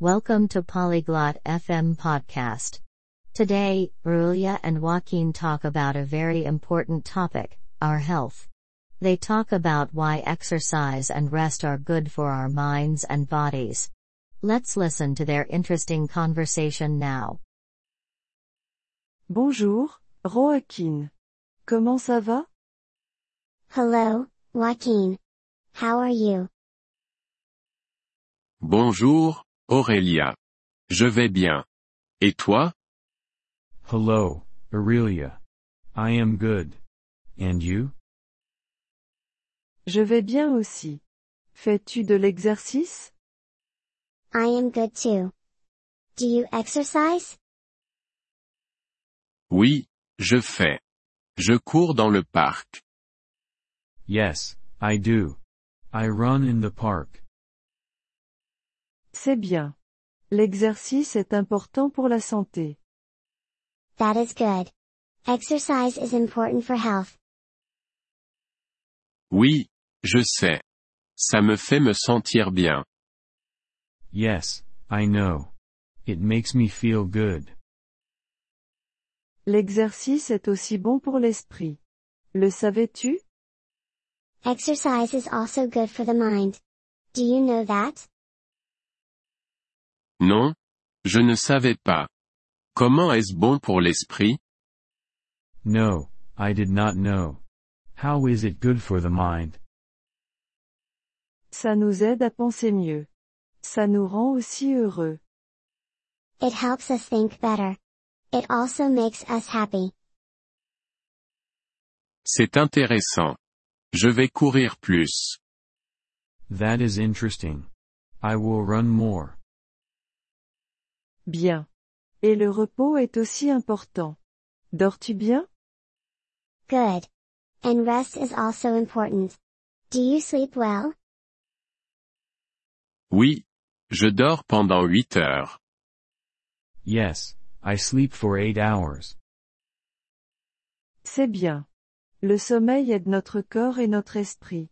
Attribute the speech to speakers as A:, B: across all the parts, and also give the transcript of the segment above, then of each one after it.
A: Welcome to Polyglot FM podcast. Today, Rulia and Joaquin talk about a very important topic, our health. They talk about why exercise and rest are good for our minds and bodies. Let's listen to their interesting conversation now.
B: Bonjour, Joaquin. Comment ça va?
C: Hello, Joaquin. How are you?
D: Bonjour, Aurélia. Je vais bien. Et toi?
E: Hello, Aurelia. I am good. And you?
B: Je vais bien aussi. Fais-tu de l'exercice?
C: I am good too. Do you exercise?
D: Oui, je fais. Je cours dans le parc.
E: Yes, I do. I run in the park.
B: C'est bien. L'exercice est important pour la santé.
C: That is good. Exercise is important for health.
D: Oui, je sais. Ça me fait me sentir bien.
E: Yes, I know. It makes me feel good.
B: L'exercice est aussi bon pour l'esprit. Le savais-tu?
C: Exercise is also good for the mind. Do you know that?
D: Non? Je ne savais pas. Comment est-ce bon pour l'esprit?
E: No, I did not know. How is it good for the mind?
B: Ça nous aide à penser mieux. Ça nous rend aussi heureux.
C: It helps us think better. It also makes us happy.
D: C'est intéressant. Je vais courir plus.
E: That is interesting. I will run more.
B: Bien. Et le repos est aussi important. Dors-tu bien?
C: Good. And rest is also important. Do you sleep well?
D: Oui. Je dors pendant huit heures.
E: Yes, I sleep for eight hours.
B: C'est bien. Le sommeil aide notre corps et notre esprit.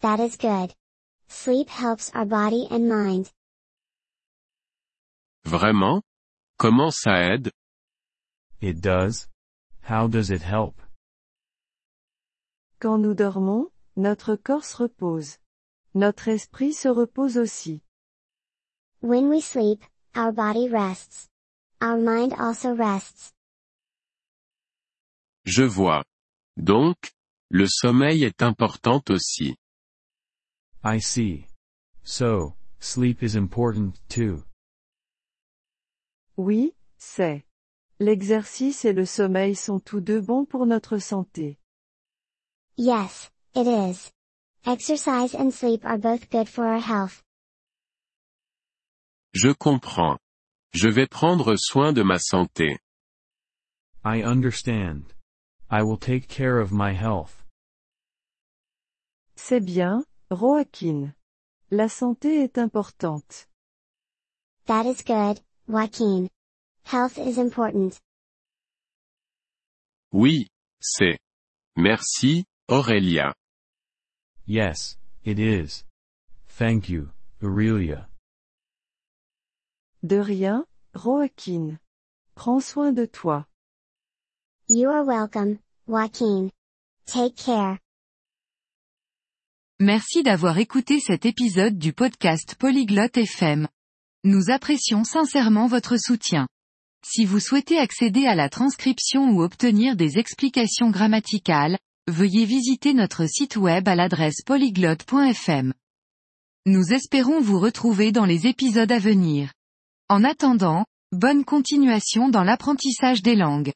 C: That is good. Sleep helps our body and mind.
D: Vraiment? Comment ça aide?
E: It does? How does it help?
B: Quand nous dormons, notre corps se repose. Notre esprit se repose aussi.
C: When we sleep, our body rests. Our mind also rests.
D: Je vois. Donc, le sommeil est important aussi.
E: I see. So, sleep is important too.
B: Oui, c'est. L'exercice et le sommeil sont tous deux bons pour notre santé.
C: Yes, it is. Exercise and sleep are both good for our health.
D: Je comprends. Je vais prendre soin de ma santé.
E: I understand. I will take care of my health.
B: C'est bien, Roakin. La santé est importante.
C: That is good, Joaquin. Health is important.
D: Oui, c'est. Merci, Aurélia.
E: Yes, it is. Thank you, Aurelia.
B: De rien, Roakin. Prends soin de toi.
C: You are welcome, Joaquin. Take care.
F: Merci d'avoir écouté cet épisode du podcast Polyglotte FM. Nous apprécions sincèrement votre soutien. Si vous souhaitez accéder à la transcription ou obtenir des explications grammaticales, veuillez visiter notre site web à l'adresse polyglotte.fm. Nous espérons vous retrouver dans les épisodes à venir. En attendant, bonne continuation dans l'apprentissage des langues.